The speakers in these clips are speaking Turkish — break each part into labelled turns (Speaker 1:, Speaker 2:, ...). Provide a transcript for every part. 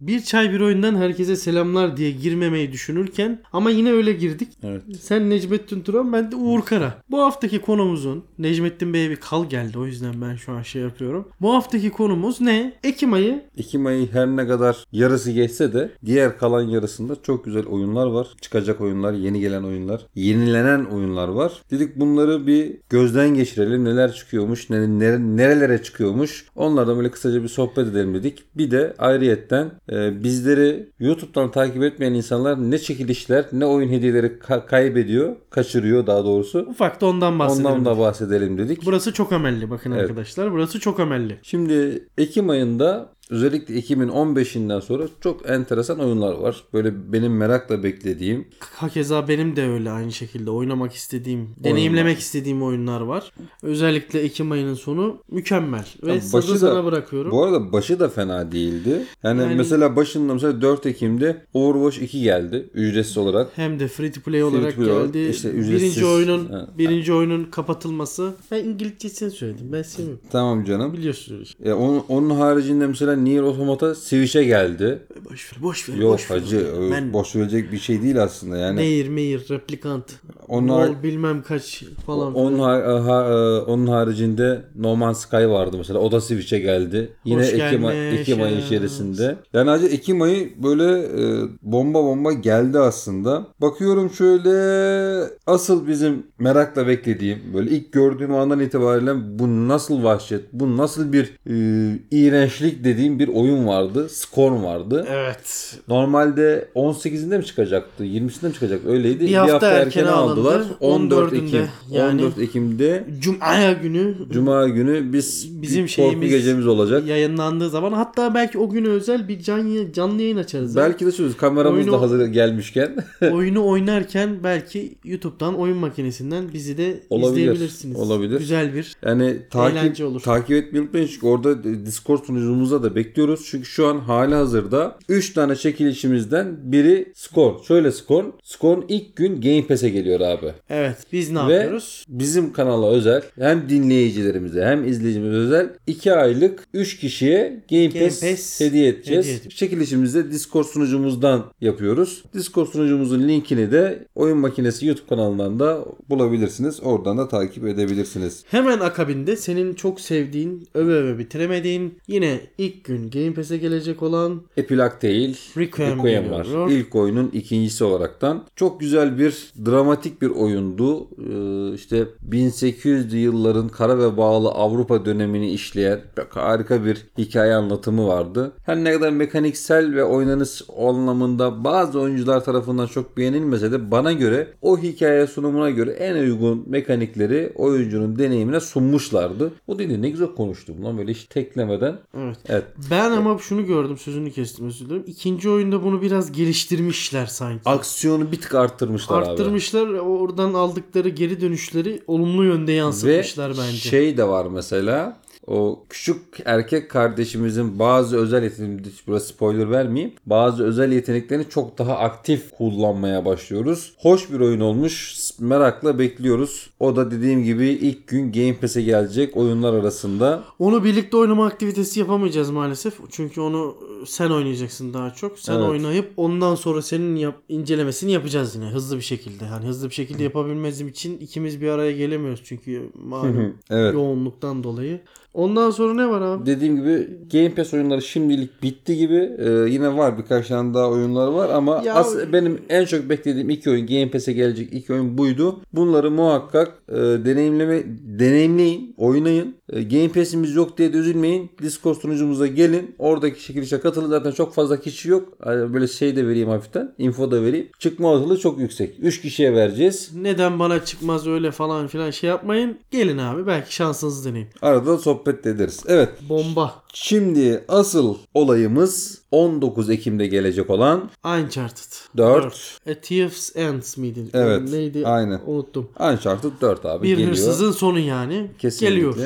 Speaker 1: Bir çay bir oyundan herkese selamlar diye girmemeyi düşünürken ama yine öyle girdik.
Speaker 2: Evet.
Speaker 1: Sen Necmettin Turan ben de Uğur Kara. Bu haftaki konumuzun Necmettin Bey'e bir kal geldi o yüzden ben şu an şey yapıyorum. Bu haftaki konumuz ne? Ekim ayı
Speaker 2: Ekim ayı her ne kadar yarısı geçse de diğer kalan yarısında çok güzel oyunlar var. Çıkacak oyunlar, yeni gelen oyunlar, yenilenen oyunlar var. Dedik bunları bir gözden geçirelim. Neler çıkıyormuş, ne- ne- nerelere çıkıyormuş. Onlardan böyle kısaca bir sohbet edelim dedik. Bir de ayrıyetten e, bizleri YouTube'dan takip etmeyen insanlar ne çekilişler, ne oyun hediyeleri ka- kaybediyor, kaçırıyor daha doğrusu.
Speaker 1: ufak da ondan bahsedelim.
Speaker 2: Ondan da bahsedelim dedik.
Speaker 1: Burası çok amelli bakın
Speaker 2: Evet.
Speaker 1: arkadaşlar. Burası çok amelli.
Speaker 2: Şimdi Ekim ayında özellikle Ekim'in 15'inden sonra çok enteresan oyunlar var. Böyle benim merakla beklediğim.
Speaker 1: Hakeza benim de öyle aynı şekilde oynamak istediğim, deneyimlemek istediğim oyunlar var. Özellikle Ekim ayının sonu mükemmel. Ve
Speaker 2: Ya
Speaker 1: sazı
Speaker 2: başı da-
Speaker 1: sana bırakıyorum.
Speaker 2: Bu arada başı da fena değildi. Yani,
Speaker 1: Yani-
Speaker 2: mesela başında mesela 4 Ekim'de Overwatch 2 geldi ücretsiz olarak.
Speaker 1: Hem de free to play
Speaker 2: to
Speaker 1: olarak
Speaker 2: play olarak,
Speaker 1: geldi.
Speaker 2: işte ücretsiz.
Speaker 1: birinci oyunun
Speaker 2: Ha.
Speaker 1: birinci oyunun kapatılması. Ben İngilizcesini söyledim. Ben seviyorum.
Speaker 2: Tamam canım.
Speaker 1: Biliyorsunuz.
Speaker 2: E, onun, onun haricinde mesela Nier Automata Switch'e geldi.
Speaker 1: Boş ver, boş ver.
Speaker 2: Yok
Speaker 1: boş ver.
Speaker 2: hacı o
Speaker 1: ben
Speaker 2: boş verecek bir şey değil aslında yani.
Speaker 1: Nehir, mehir, replikant.
Speaker 2: Onlar
Speaker 1: Wall bilmem kaç falan.
Speaker 2: onun, ha- ha- e, onun haricinde No Man's Sky vardı mesela. O da Switch'e geldi. Yine
Speaker 1: Hoş
Speaker 2: Ekim, ay-
Speaker 1: gelmiş.
Speaker 2: Ekim ayı içerisinde. Yani acı Ekim ayı böyle e, bomba bomba geldi aslında. Bakıyorum şöyle asıl bizim merakla beklediğim böyle ilk gördüğüm andan itibaren bu nasıl vahşet, bu nasıl bir e, iğrençlik dediğim bir oyun vardı. Scorn vardı.
Speaker 1: Evet.
Speaker 2: Normalde 18'inde mi çıkacaktı? 20'sinde mi çıkacaktı? Öyleydi.
Speaker 1: Bir hafta erkene alındı.
Speaker 2: aldılar. 14
Speaker 1: 14'ünde
Speaker 2: Ekim.
Speaker 1: yani.
Speaker 2: 14 Ekim'de
Speaker 1: Cuma'ya günü
Speaker 2: Cuma günü biz
Speaker 1: Bizim
Speaker 2: bizim bir korku
Speaker 1: şeyimiz-
Speaker 2: gecemiz olacak.
Speaker 1: yayınlandığı zaman hatta belki o güne özel bir canlı canlı yayın açarız.
Speaker 2: Belki de söz kameramız
Speaker 1: Oyunu-
Speaker 2: da hazır gelmişken
Speaker 1: Oyunu oynarken belki YouTube'dan oyun makinesinden bizi de
Speaker 2: Olabilir,
Speaker 1: izleyebilirsiniz.
Speaker 2: olabilir.
Speaker 1: Güzel bir
Speaker 2: yani takip
Speaker 1: Eğlence olur.
Speaker 2: takip etmeyi unutmayın çünkü orada e, Discord sunucumuza da bekliyoruz. Çünkü şu an hali hazırda 3 tane çekilişimizden biri Scorn. Şöyle Scorn. Scorn ilk gün Game Pass'e geliyor abi.
Speaker 1: Evet. Biz ne
Speaker 2: Ve-
Speaker 1: yapıyoruz?
Speaker 2: Bizim kanala özel hem dinleyicilerimize hem izleyicimize özel 2 aylık 3 kişiye Game,
Speaker 1: Game
Speaker 2: Pass,
Speaker 1: Pass
Speaker 2: hediye edeceğiz.
Speaker 1: hediye edeceğiz.
Speaker 2: Çekilişimizi de Discord sunucumuzdan yapıyoruz. Discord sunucumuzun linkini de Oyun Makinesi YouTube kanalından da bulabilirsiniz. Oradan da takip edebilirsiniz.
Speaker 1: Hemen akabinde senin çok sevdiğin, öve öve bitiremediğin yine ilk gün Game Pass'e gelecek olan
Speaker 2: Epilak değil.
Speaker 1: Requiem,
Speaker 2: Requiem
Speaker 1: geliyor.
Speaker 2: var. İlk oyunun ikincisi olaraktan. Çok güzel bir dramatik bir oyundu. Ee, işte 1800'lü yılların kara ve bağlı Avrupa dönemini işleyen çok harika bir hikaye anlatımı vardı. Her ne kadar mekaniksel ve oynanış anlamında bazı oyuncular tarafından çok beğenilmese de bana göre o hikaye sunumuna göre en uygun mekanikleri oyuncunun deneyimine sunmuşlardı. O değil de ne güzel konuştum lan böyle hiç teklemeden.
Speaker 1: Evet.
Speaker 2: Evet.
Speaker 1: Ben ama şunu gördüm sözünü kestim özür dilerim. İkinci oyunda bunu biraz geliştirmişler sanki.
Speaker 2: Aksiyonu bir tık arttırmışlar abi.
Speaker 1: Arttırmışlar oradan aldıkları geri dönüşleri olumlu yönde yansıtmışlar bence.
Speaker 2: şey de var mesela o küçük erkek kardeşimizin bazı özel yeteneklerini burası spoiler vermeyeyim. Bazı özel yeteneklerini çok daha aktif kullanmaya başlıyoruz. Hoş bir oyun olmuş. Merakla bekliyoruz. O da dediğim gibi ilk gün Game Pass'e gelecek oyunlar arasında.
Speaker 1: Onu birlikte oynama aktivitesi yapamayacağız maalesef. Çünkü onu e, sen oynayacaksın daha çok. Sen
Speaker 2: Evet.
Speaker 1: oynayıp ondan sonra senin yap- incelemesini yapacağız yine hızlı bir şekilde. Hani hızlı bir şekilde yapabilmezim için ikimiz bir araya gelemiyoruz çünkü malum
Speaker 2: Evet.
Speaker 1: yoğunluktan dolayı. Ondan sonra ne var abi?
Speaker 2: Dediğim gibi Game Pass oyunları şimdilik bitti gibi. Ee, yine var birkaç tane daha oyunlar var ama
Speaker 1: Ya-
Speaker 2: as- benim en çok beklediğim iki oyun Game Pass'e gelecek iki oyun buydu. Bunları muhakkak e, deneyimleme deneyimleyin, oynayın. E, Game Pass'imiz yok diye de üzülmeyin. Discord sunucumuza gelin. Oradaki çekilişe katılın. Zaten çok fazla kişi yok. Hani Böyle şey de vereyim hafiften. Info da vereyim. Çıkma olasılığı çok yüksek. 3 kişiye vereceğiz.
Speaker 1: Neden bana çıkmaz öyle falan filan şey yapmayın. Gelin abi belki şansınızı deneyin.
Speaker 2: Arada da sohbet de ederiz. Evet.
Speaker 1: Bomba.
Speaker 2: Şimdi asıl olayımız 19 Ekim'de gelecek olan
Speaker 1: Uncharted.
Speaker 2: 4.
Speaker 1: A Thief's Ends miydi?
Speaker 2: Evet,
Speaker 1: Neydi?
Speaker 2: aynen.
Speaker 1: Unuttum.
Speaker 2: Uncharted 4 abi
Speaker 1: Bir
Speaker 2: geliyor.
Speaker 1: hırsızın sonu yani.
Speaker 2: Kesinlikle.
Speaker 1: Geliyor.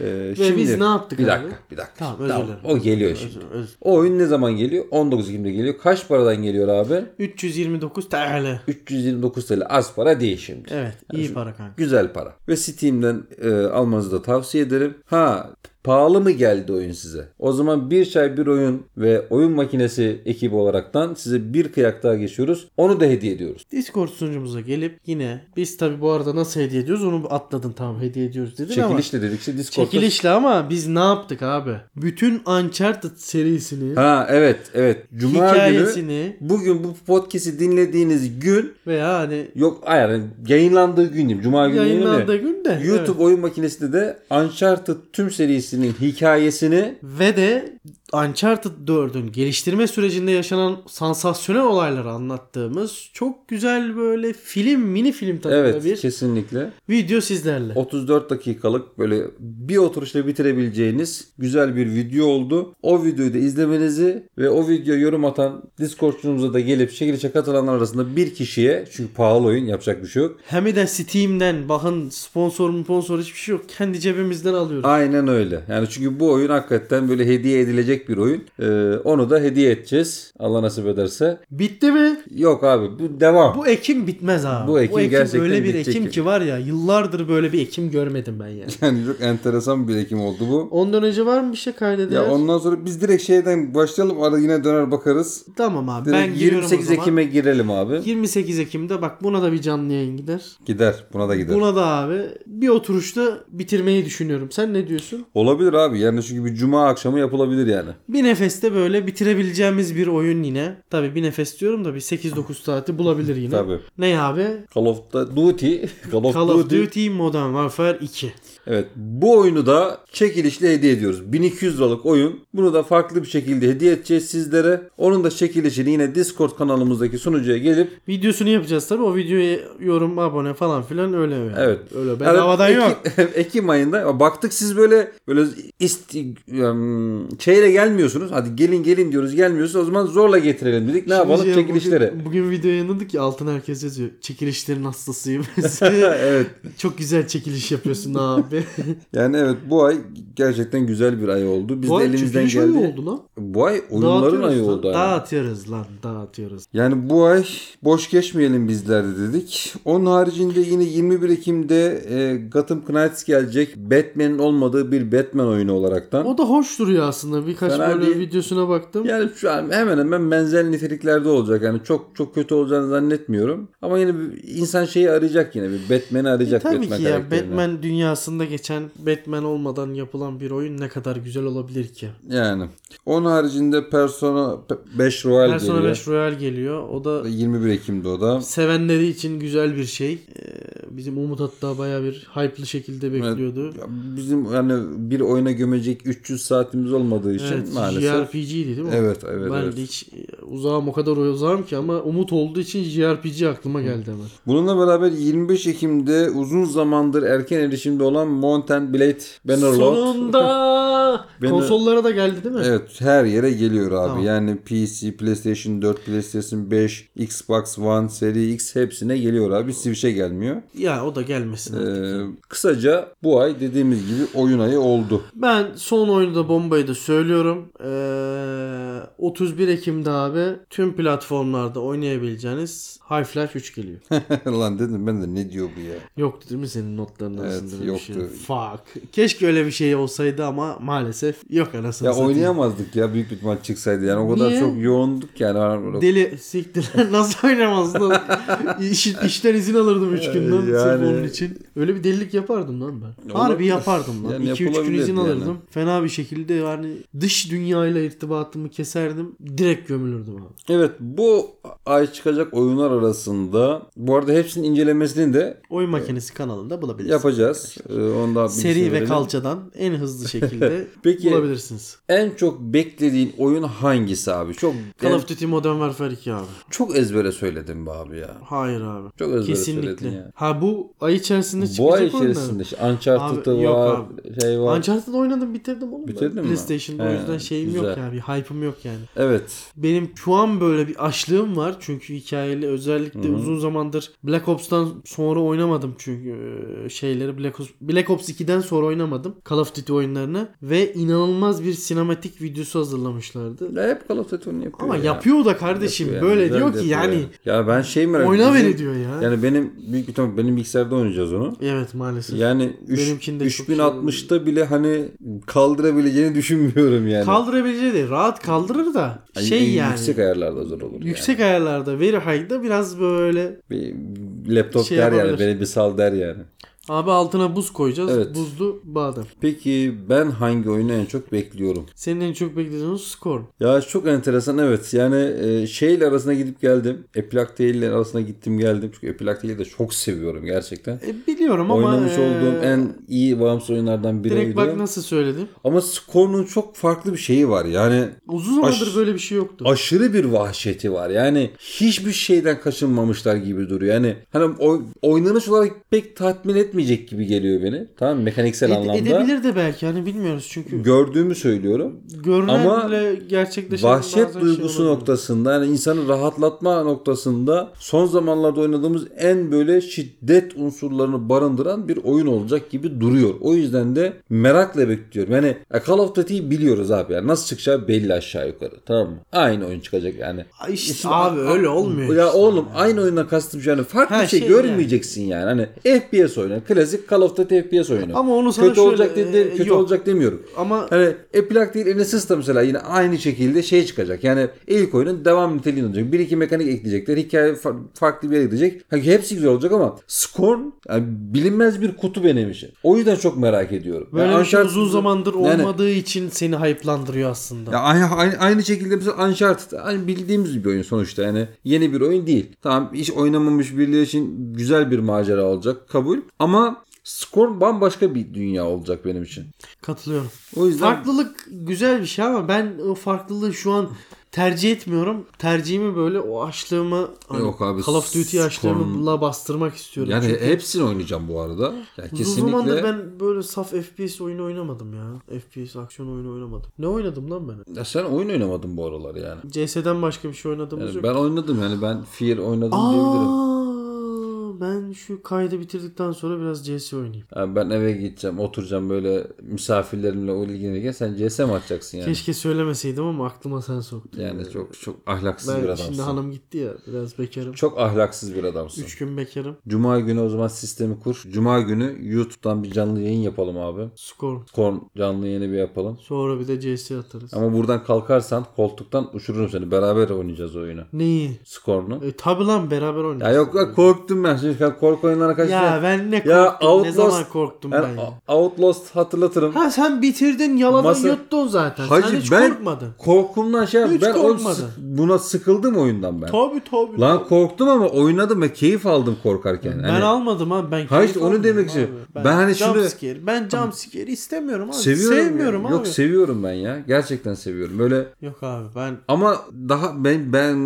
Speaker 2: Ee,
Speaker 1: biz ne yaptık
Speaker 2: bir
Speaker 1: abi?
Speaker 2: dakika, Bir dakika.
Speaker 1: Tamam, özür dilerim.
Speaker 2: O geliyor
Speaker 1: Özür-
Speaker 2: şimdi.
Speaker 1: özür.
Speaker 2: O oyun ne zaman geliyor? 19 Ekim'de geliyor. Kaç paradan geliyor abi?
Speaker 1: 329 TL.
Speaker 2: 329 TL. Az para değil şimdi.
Speaker 1: Evet iyi para kanka.
Speaker 2: Güzel para. Ve Steam'den e, almanızı da tavsiye ederim. Ha Pahalı mı geldi oyun size? O zaman bir çay bir oyun ve oyun makinesi ekibi olaraktan size bir kıyak daha geçiyoruz. Onu da hediye ediyoruz.
Speaker 1: Discord sunucumuza gelip yine biz tabi bu arada nasıl hediye ediyoruz onu atladın tamam hediye ediyoruz dedin ama
Speaker 2: Çekilişle dedikçe Discord'da.
Speaker 1: çekilişle ama biz ne yaptık abi? Bütün Uncharted serisini
Speaker 2: Ha evet evet. Cuma günü
Speaker 1: hikayesini
Speaker 2: bugün bu podcast'i dinlediğiniz gün
Speaker 1: veya hani
Speaker 2: yok hayır yani yayınlandığı gün diyeyim. Cuma günü
Speaker 1: yayınlandığı
Speaker 2: yayınlandı.
Speaker 1: günde
Speaker 2: YouTube oyun makinesinde de Uncharted tüm serisinin hikayesini
Speaker 1: Ve de Uncharted 4'ün geliştirme sürecinde yaşanan sansasyonel olayları anlattığımız çok güzel böyle film, mini film tadında
Speaker 2: evet
Speaker 1: bir
Speaker 2: kesinlikle
Speaker 1: video sizlerle.
Speaker 2: 34 dakikalık böyle bir oturuşla bitirebileceğiniz güzel bir video oldu. O videoyu da izlemenizi ve o videoya yorum atan Discord'cumuza da gelip çekilişe katılanlar arasında bir kişiye çünkü pahalı oyun yapacak bir şey yok.
Speaker 1: Hem de Steam'den bakın sponsor mu sponsor hiçbir şey yok. Kendi cebimizden alıyoruz.
Speaker 2: Aynen öyle. Yani çünkü bu oyun hakikaten böyle hediye edilecek bir oyun. Ee, onu da hediye edeceğiz. Allah nasip ederse.
Speaker 1: Bitti mi?
Speaker 2: Yok abi bu devam.
Speaker 1: Bu Ekim bitmez abi.
Speaker 2: Bu Ekim gerçekten
Speaker 1: öyle bir
Speaker 2: bitecek
Speaker 1: Ekim
Speaker 2: gibi.
Speaker 1: ki var ya yıllardır böyle bir Ekim görmedim ben yani.
Speaker 2: Yani çok enteresan bir ekim oldu bu.
Speaker 1: Ondan önce var mı bir şey kaydeder?
Speaker 2: Ya ondan sonra biz direkt şeyden başlayalım. Ara yine döner bakarız.
Speaker 1: Tamam abi
Speaker 2: Direkt
Speaker 1: ben giriyorum
Speaker 2: 28
Speaker 1: o zaman.
Speaker 2: Ekim'e girelim abi.
Speaker 1: 28 Ekim'de bak buna da bir canlı yayın gider.
Speaker 2: Gider. Buna da gider.
Speaker 1: Buna da abi bir oturuşta bitirmeyi düşünüyorum. Sen ne diyorsun?
Speaker 2: Olabilir abi. Yani çünkü bir cuma akşamı yapılabilir yani.
Speaker 1: Bir nefeste böyle bitirebileceğimiz bir oyun yine. Tabi bir nefes diyorum da bir 8-9 saati bulabilir yine.
Speaker 2: Tabii.
Speaker 1: Ne abi?
Speaker 2: Call of the Duty. Call of
Speaker 1: Call
Speaker 2: Duty.
Speaker 1: of Duty Modern Warfare 2.
Speaker 2: Evet. Bu oyunu da çekilişle hediye ediyoruz. 1200 liralık oyun. Bunu da farklı bir şekilde hediye edeceğiz sizlere. Onun da çekilişini yine Discord kanalımızdaki sunucuya gelip
Speaker 1: Videosunu yapacağız tabi. O videoya yorum, abone falan filan öyle öyle.
Speaker 2: Evet.
Speaker 1: Öyle
Speaker 2: Yani
Speaker 1: bedavadan
Speaker 2: Ekim-
Speaker 1: yok.
Speaker 2: Ekim ayında baktık siz böyle böyle isti, em, şeyle gelmiyorsunuz. Hadi gelin gelin diyoruz gelmiyorsunuz. O zaman zorla getirelim dedik. Ne yapalım?
Speaker 1: Şimdi ya
Speaker 2: Çekilişlere.
Speaker 1: Bugün, bugün video yayınladık ki altına herkes yazıyor. Çekilişlerin hastasıyım.
Speaker 2: evet.
Speaker 1: Çok güzel çekiliş yapıyorsun abi.
Speaker 2: Yani evet bu ay gerçekten güzel bir ay oldu. Biz
Speaker 1: Bu
Speaker 2: de
Speaker 1: ay
Speaker 2: elimizden
Speaker 1: çekiliş
Speaker 2: geldi.
Speaker 1: oyunu oldu lan.
Speaker 2: Bu ay oyunların ayı
Speaker 1: Dağıtıyoruz lan.
Speaker 2: oldu. yani.
Speaker 1: Dağıtıyoruz lan. Dağıtıyoruz.
Speaker 2: Yani bu ay boş geçmeyelim bizler de dedik. Onun haricinde yine 21 Ekim'de e, Gotham Knights gelecek. Batman'in olmadığı bir Batman oyunu olaraktan.
Speaker 1: O da hoş duruyor aslında. Birkaç
Speaker 2: Fena
Speaker 1: böyle
Speaker 2: değil.
Speaker 1: videosuna baktım.
Speaker 2: Yani şu an hemen hemen benzer niteliklerde olacak. Yani çok çok kötü olacağını zannetmiyorum. Ama yine bir insan şeyi arayacak yine. Bir Batman'i arayacak.
Speaker 1: E, Tabii
Speaker 2: Batman
Speaker 1: ki ya
Speaker 2: karakterini.
Speaker 1: Batman dünyasında geçen Batman olmadan yapılan bir oyun ne kadar güzel olabilir ki?
Speaker 2: Yani. Onun haricinde Persona 5 Royal
Speaker 1: Persona
Speaker 2: geliyor.
Speaker 1: 5 Royal geliyor. O da
Speaker 2: 21 Ekim'de o da.
Speaker 1: sevenleri için güzel bir şey. Ee, Bizim Umut hatta baya bir hype'lı şekilde bekliyordu.
Speaker 2: Ya Bizim yani bir oyuna gömecek 300 saatimiz olmadığı için
Speaker 1: Evet,
Speaker 2: maalesef.
Speaker 1: JRPG'ydi değil mi?
Speaker 2: Evet evet
Speaker 1: ben
Speaker 2: evet.
Speaker 1: de hiç e, uzağım o kadar uzağım ki ama Umut olduğu için JRPG aklıma geldi hemen.
Speaker 2: Bununla beraber 25 Ekim'de uzun zamandır erken erişimde olan Mountain Blade Bannerlord.
Speaker 1: Sonunda
Speaker 2: Banner-
Speaker 1: konsollara da geldi değil mi?
Speaker 2: Evet her yere geliyor abi.
Speaker 1: Tamam.
Speaker 2: Yani PC, PlayStation 4, PlayStation 5, Xbox One, Series X hepsine geliyor abi. Switch'e gelmiyor.
Speaker 1: Ya o da gelmesin. artık.
Speaker 2: Ee, kısaca bu ay dediğimiz gibi oyun ayı oldu.
Speaker 1: Ben son oyunu da bombayı da söylüyorum. Ee, 31 Ekim'de abi tüm platformlarda oynayabileceğiniz Half-Life 3 geliyor.
Speaker 2: Lan dedim ben de ne diyor bu ya.
Speaker 1: Yoktu değil mi senin notların
Speaker 2: Evet,
Speaker 1: arasında böyle bir şey?
Speaker 2: yoktu.
Speaker 1: Fuck. Keşke öyle bir şey olsaydı ama maalesef yok anasını
Speaker 2: Ya
Speaker 1: satayım.
Speaker 2: oynayamazdık ya büyük bir ihtimal çıksaydı yani o kadar
Speaker 1: Niye?
Speaker 2: çok yoğunduk yani.
Speaker 1: Deli siktir nasıl oynamazdın? İş, işten izin alırdım 3 günden sırf
Speaker 2: Yani-
Speaker 1: onun için. Öyle bir delilik yapardım lan ben.
Speaker 2: Olur.
Speaker 1: Harbi yapardım lan.
Speaker 2: Yani
Speaker 1: 2-3 gün
Speaker 2: yapılabilir
Speaker 1: izin
Speaker 2: yani.
Speaker 1: alırdım. Fena bir şekilde yani dış dünyayla irtibatımı keserdim. Direkt gömülürdüm abi.
Speaker 2: Evet bu ay çıkacak oyunlar arasında bu arada hepsinin incelemesini de
Speaker 1: Oyun makinesi kanalında bulabilirsiniz.
Speaker 2: yapacağız. Ee, onu da bilgisini
Speaker 1: Seri ve
Speaker 2: verelim.
Speaker 1: kalçadan en hızlı şekilde
Speaker 2: Peki.
Speaker 1: bulabilirsiniz.
Speaker 2: En çok beklediğin oyun hangisi abi? Çok
Speaker 1: Call
Speaker 2: yani
Speaker 1: of Duty Modern Warfare 2 abi.
Speaker 2: çok ezbere söyledim be abi ya.
Speaker 1: Hayır abi.
Speaker 2: Çok özür
Speaker 1: Kesinlikle.
Speaker 2: söyledin ya.
Speaker 1: Ha bu ay içerisinde
Speaker 2: Bu ay
Speaker 1: çıkacak oyunlar.
Speaker 2: içerisinde işte Uncharted'ı
Speaker 1: Abi, yok
Speaker 2: var, şey var.
Speaker 1: Uncharted'ı oynadım bitirdim oğlum. ben.
Speaker 2: Bitirdin mi?
Speaker 1: PlayStation'da o
Speaker 2: He,
Speaker 1: yüzden şeyim
Speaker 2: güzel.
Speaker 1: yok ya. Bir hype'ım yok. yok yani.
Speaker 2: Evet.
Speaker 1: Benim şu an böyle bir açlığım var. Çünkü hikayeli özellikle uzun zamandır Black Ops'tan sonra oynamadım çünkü e, şeyleri Black Ops, Black Ops 2'den sonra oynamadım Call of Duty oyunlarını ve inanılmaz bir sinematik videosu hazırlamışlardı.
Speaker 2: Ya hep Call of Duty onu yapıyor.
Speaker 1: Ama
Speaker 2: ya.
Speaker 1: yapıyor da kardeşim
Speaker 2: Yapıyor yani,
Speaker 1: böyle
Speaker 2: güzel
Speaker 1: diyor
Speaker 2: de
Speaker 1: ki
Speaker 2: yapıyor
Speaker 1: yani
Speaker 2: Ya ben şey merak
Speaker 1: oyna
Speaker 2: ediyorum.
Speaker 1: beni diyor ya.
Speaker 2: Yani benim büyük bir ihtimal benim bilgisayarda oynayacağız onu.
Speaker 1: evet maalesef.
Speaker 2: Yani üç-
Speaker 1: Benimkinde çok
Speaker 2: 3060'ta bile hani kaldırabileceğini düşünmüyorum yani.
Speaker 1: Kaldırabileceği değil. Rahat kaldırır da
Speaker 2: Ay,
Speaker 1: şey
Speaker 2: en
Speaker 1: yani.
Speaker 2: Yüksek
Speaker 1: Yüksek,
Speaker 2: ayarlarda zor olur.
Speaker 1: ayarlarda very high'da biraz böyle
Speaker 2: Yani. Bir laptop
Speaker 1: Şey
Speaker 2: der yani.
Speaker 1: yapabilir.
Speaker 2: Beni bir sal der yani.
Speaker 1: abi altına buz koyacağız.
Speaker 2: Evet.
Speaker 1: Buzlu badem.
Speaker 2: Peki ben hangi oyunu en çok bekliyorum?
Speaker 1: Senin en çok beklediğin skor.
Speaker 2: Ya çok enteresan evet. Yani e, şeyle arasına gidip geldim. Epilakteyil'le arasına gittim geldim. Çünkü Epilakteyil'i de çok seviyorum gerçekten.
Speaker 1: E, biliyorum ama
Speaker 2: Oynamış
Speaker 1: e,
Speaker 2: olduğum en iyi bağımsız oyunlardan
Speaker 1: direkt
Speaker 2: biriydi.
Speaker 1: bak nasıl söyledim.
Speaker 2: Ama skorunun çok farklı bir şeyi var. Yani
Speaker 1: Uzun zamandır
Speaker 2: Aş-
Speaker 1: böyle bir şey yoktu.
Speaker 2: aşırı bir vahşeti var. Yani hiçbir şeyden kaçınmamışlar gibi duruyor. Yani hani oy- oynanış olarak pek tatmin etmeyecek gibi geliyor beni. Tamam mı? mekaniksel
Speaker 1: Ede-
Speaker 2: anlamda.
Speaker 1: edebilir de belki hani bilmiyoruz çünkü
Speaker 2: Gördüğümü söylüyorum. Ama
Speaker 1: görünenle gerçekleşen
Speaker 2: Vahşet
Speaker 1: bazen
Speaker 2: duygusu
Speaker 1: şey olabilir.
Speaker 2: noktasında yani insanı rahatlatma noktasında son zamanlarda oynadığımız en böyle şiddet unsurlarını barındıran bir oyun olacak gibi duruyor. O yüzden de merakla bekliyorum. Yani e, Call of Duty'yi biliyoruz abi yani nasıl çıkacağı belli aşağı yukarı tamam mı? Aynı oyun çıkacak yani.
Speaker 1: Ay İşte,
Speaker 2: İşte-
Speaker 1: abi öyle olmuyor.
Speaker 2: Ya
Speaker 1: işte.
Speaker 2: oğlum aynı oyundan kastım şu yani farklı
Speaker 1: Ha,
Speaker 2: bir şey,
Speaker 1: şey
Speaker 2: görmeyeceksin yani. Hani FPS oyunu, klasik Call of Duty FPS oyunu.
Speaker 1: Ama onu sana
Speaker 2: kötü
Speaker 1: şöyle,
Speaker 2: olacak dedi,
Speaker 1: e,
Speaker 2: kötü
Speaker 1: yok.
Speaker 2: olacak demiyorum.
Speaker 1: Ama
Speaker 2: Hani Epilag değil Enesis de mesela yine aynı şekilde şey çıkacak. Yani ilk oyunun devam niteliği olacak. Bir iki mekanik ekleyecekler. Hikaye fa- farklı bir yere gidecek. Hani hepsi güzel olacak ama Scorn yani bilinmez bir kutu benim için. O yüzden çok merak ediyorum.
Speaker 1: Böyle
Speaker 2: yani
Speaker 1: bir şey
Speaker 2: Uncharted-
Speaker 1: uzun zamandır
Speaker 2: Yani-
Speaker 1: olmadığı için seni hype'landırıyor aslında.
Speaker 2: ya aynı, aynı, aynı şekilde mesela Uncharted hani bildiğimiz bir oyun sonuçta yani yeni bir oyun değil. Tamam hiç oynamamış birileri için güzel bir macera olacak kabul ama Scorn bambaşka bir dünya olacak benim için.
Speaker 1: Katılıyorum.
Speaker 2: O yüzden
Speaker 1: Farklılık güzel bir şey ama ben o farklılığı şu an tercih etmiyorum. Tercihimi böyle o açlığımı hani
Speaker 2: Yok abi,
Speaker 1: Call of Duty
Speaker 2: Scorn-
Speaker 1: açlığımla bastırmak istiyorum.
Speaker 2: yani
Speaker 1: Çünkü
Speaker 2: hepsini oynayacağım bu arada. Yani
Speaker 1: uzun
Speaker 2: kesinlikle.
Speaker 1: zamandır ben böyle saf FPS oyunu oynamadım ya. FPS aksiyon oyunu oynamadım. Ne oynadım lan ben?
Speaker 2: Ya sen oyun oynamadın bu aralar yani.
Speaker 1: CS'den başka bir şey oynadığımız
Speaker 2: Yani
Speaker 1: yok.
Speaker 2: ben oynadım yani ben Fear oynadım diyebilirim.
Speaker 1: Aa, ben şu kaydı bitirdikten sonra biraz CS oynayayım.
Speaker 2: Yani ben eve gideceğim oturacağım böyle misafirlerimle ilgilenirken sen CS mi atacaksın yani?
Speaker 1: Keşke söylemeseydim ama aklıma sen soktun.
Speaker 2: Yani çok çok ahlaksız bir
Speaker 1: Ben
Speaker 2: adamsın.
Speaker 1: şimdi hanım gitti ya biraz bekarım.
Speaker 2: Çok ahlaksız bir adamsın.
Speaker 1: 3 gün bekarım.
Speaker 2: Cuma günü o zaman sistemi kur. Cuma günü YouTube'dan bir canlı yayın yapalım abi.
Speaker 1: Skor.
Speaker 2: Korn canlı yayını bir yapalım.
Speaker 1: Sonra bir de CS atarız.
Speaker 2: Ama buradan kalkarsan koltuktan uçururum seni. Beraber oynayacağız oyunu.
Speaker 1: Neyi?
Speaker 2: Skornu.
Speaker 1: E, tabi lan beraber
Speaker 2: Ya
Speaker 1: oynayacağız.
Speaker 2: yok ya korktum ben. Şimdi korku oyunlarına kaçtım.
Speaker 1: Ya ben ne korktum.
Speaker 2: Ya
Speaker 1: ne
Speaker 2: Outlast-
Speaker 1: zaman korktum ben.
Speaker 2: Ben
Speaker 1: ya.
Speaker 2: Outlast hatırlatırım.
Speaker 1: Ha sen bitirdin yaladan
Speaker 2: Masa-
Speaker 1: yuttun zaten. sen
Speaker 2: Hacı
Speaker 1: hiç
Speaker 2: ben
Speaker 1: korkmadın.
Speaker 2: korkumdan şey
Speaker 1: Hiç
Speaker 2: ben o,
Speaker 1: korkmadım.
Speaker 2: buna sıkıldım oyundan ben.
Speaker 1: Tabi tabi.
Speaker 2: Lan korktum ama oynadım ve keyif aldım korkarken.
Speaker 1: ben
Speaker 2: Hani
Speaker 1: almadım ha ben.
Speaker 2: Hayır,
Speaker 1: keyif
Speaker 2: onu
Speaker 1: almıyorum
Speaker 2: demek
Speaker 1: abi.
Speaker 2: istiyorum.
Speaker 1: Ben,
Speaker 2: Ben hani şunu-
Speaker 1: jumpscare. Ben jumpscare istemiyorum abi.
Speaker 2: seviyorum. ya.
Speaker 1: Sevmiyorum abi.
Speaker 2: Yok seviyorum ben ya. Gerçekten seviyorum. Böyle
Speaker 1: Yok abi ben
Speaker 2: ama daha ben ben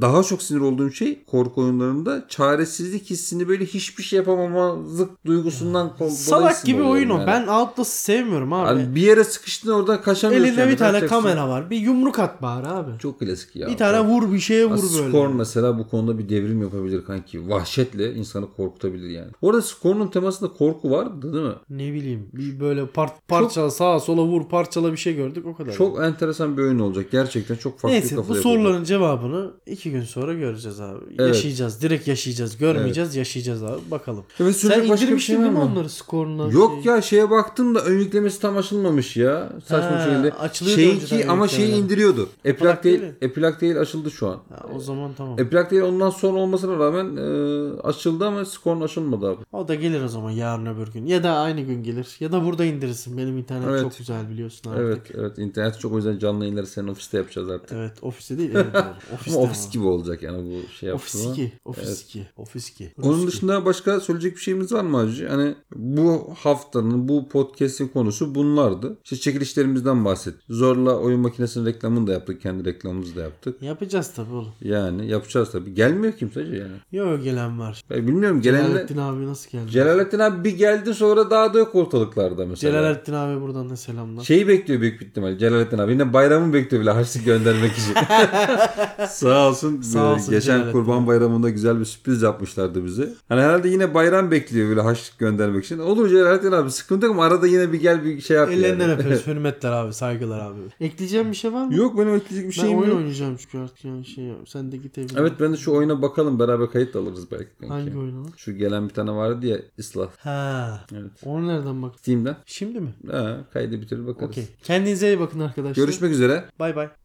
Speaker 2: daha çok sinir olduğum şey korku oyunlarında çaresizlik hissini böyle hiçbir şey yapamamazlık duygusundan kol-
Speaker 1: Hmm. salak
Speaker 2: dolayısıyla
Speaker 1: gibi oyun
Speaker 2: oluyorum
Speaker 1: o.
Speaker 2: yani.
Speaker 1: Ben Outlast'ı sevmiyorum abi.
Speaker 2: Hani bir yere sıkıştın oradan kaçamıyorsun.
Speaker 1: Elinde
Speaker 2: yani.
Speaker 1: bir tane
Speaker 2: Kaçacaksın.
Speaker 1: kamera var. Bir yumruk at bari abi.
Speaker 2: Çok klasik ya.
Speaker 1: Bir tane vur bir şeye vur
Speaker 2: Scorn
Speaker 1: böyle.
Speaker 2: mesela bu konuda bir devrim yapabilir kanki. Vahşetle insanı korkutabilir yani. Orada Scorn'un temasında korku vardı değil mi?
Speaker 1: Ne bileyim bir böyle part, parçala sağa sola vur parçala bir şey gördük o kadar.
Speaker 2: Çok enteresan bir oyun olacak. Gerçekten çok farklı bir
Speaker 1: Neyse bu
Speaker 2: kafaya
Speaker 1: soruların cevabını iki gün sonra göreceğiz abi. Yaşayacağız. Direkt yaşayacağız. Görmeyeceğiz yaşayacağız abi. Bakalım.
Speaker 2: Evet,
Speaker 1: Sen
Speaker 2: söyleyecek başka bir
Speaker 1: indirmiştin
Speaker 2: şey var
Speaker 1: değil mi
Speaker 2: mı?
Speaker 1: onları skoruna? Şey-
Speaker 2: Yok ya şeye baktım da ön yüklemesi tam açılmamış ya. Saçma
Speaker 1: Ha,
Speaker 2: şekilde.
Speaker 1: açılıyordu
Speaker 2: Şeyinki
Speaker 1: önceden
Speaker 2: ama
Speaker 1: yüklemeler.
Speaker 2: şeyi indiriyordu. Epilak
Speaker 1: değil
Speaker 2: değil,
Speaker 1: mi?
Speaker 2: Epilak değil açıldı şu an.
Speaker 1: Ha, o zaman tamam.
Speaker 2: Epilak değil ondan sonra olmasına rağmen e, açıldı ama Scorn açılmadı abi.
Speaker 1: o da gelir o zaman yarın öbür gün. Ya da aynı gün gelir. Ya da burada indirirsin. Benim internet
Speaker 2: Evet.
Speaker 1: çok güzel biliyorsun artık. Evet.
Speaker 2: Evet evet internet çok o yüzden canlı yayınları senin ofiste yapacağız artık.
Speaker 1: ofiste değil. Evet, doğru. ofiste
Speaker 2: Ama ofis
Speaker 1: ama.
Speaker 2: gibi olacak yani bu şey yaptı
Speaker 1: Ofis
Speaker 2: mı?
Speaker 1: 2. Ofis 2. Ofis 2.
Speaker 2: Onun Bunun dışında başka söyleyecek bir şeyimiz var mı Hacı? Hani bu haftanın bu podcast'in konusu bunlardı. İşte çekilişlerimizden bahsettik. Zorla oyun makinesinin reklamını da yaptık. Kendi reklamımızı da yaptık.
Speaker 1: Yapacağız tabii oğlum.
Speaker 2: Yani yapacağız tabii. Gelmiyor kimse Hacı yani.
Speaker 1: Yo gelen var.
Speaker 2: Ben bilmiyorum gelenler...
Speaker 1: Celalettin abi nasıl geldi?
Speaker 2: Celalettin abi bir geldi sonra daha da yok ortalıklarda mesela.
Speaker 1: Celalettin abi buradan da selamlar.
Speaker 2: Şeyi bekliyor büyük bir ihtimal Celalettin abi. Yine bayramı bekliyor bile harçlık göndermek için. Sağ olsun.
Speaker 1: Sağ olsun
Speaker 2: Geçen
Speaker 1: Celalettin
Speaker 2: kurban bayramında güzel bir sürpriz yapmışlardı bize. Hani herhalde yine bayram bekliyor böyle harçlık göndermek için. Olur Celalettin abi sıkıntı yok ama arada yine bir gel bir şey yap
Speaker 1: Ellerinden
Speaker 2: yani.
Speaker 1: öperiz. Hürmetler abi. Saygılar abi. Ekleyeceğim bir şey var mı?
Speaker 2: Yok benim ekleyecek bir
Speaker 1: ben
Speaker 2: şeyim
Speaker 1: oyun
Speaker 2: yok.
Speaker 1: oynayacağım çünkü artık yani şey yok. Sen de git evine.
Speaker 2: Evet ben de şu oyuna bakalım beraber kayıt da alırız belki. kanki.
Speaker 1: Hangi oyun lan?
Speaker 2: Şu gelen bir tane vardı ya ıslah.
Speaker 1: Ha.
Speaker 2: Evet.
Speaker 1: Onu nereden bak?
Speaker 2: Steam'den.
Speaker 1: Şimdi mi?
Speaker 2: Ha, kaydı bitir bakarız.
Speaker 1: Okey. Kendinize iyi bakın arkadaşlar.
Speaker 2: Görüşmek üzere.
Speaker 1: Bay bay.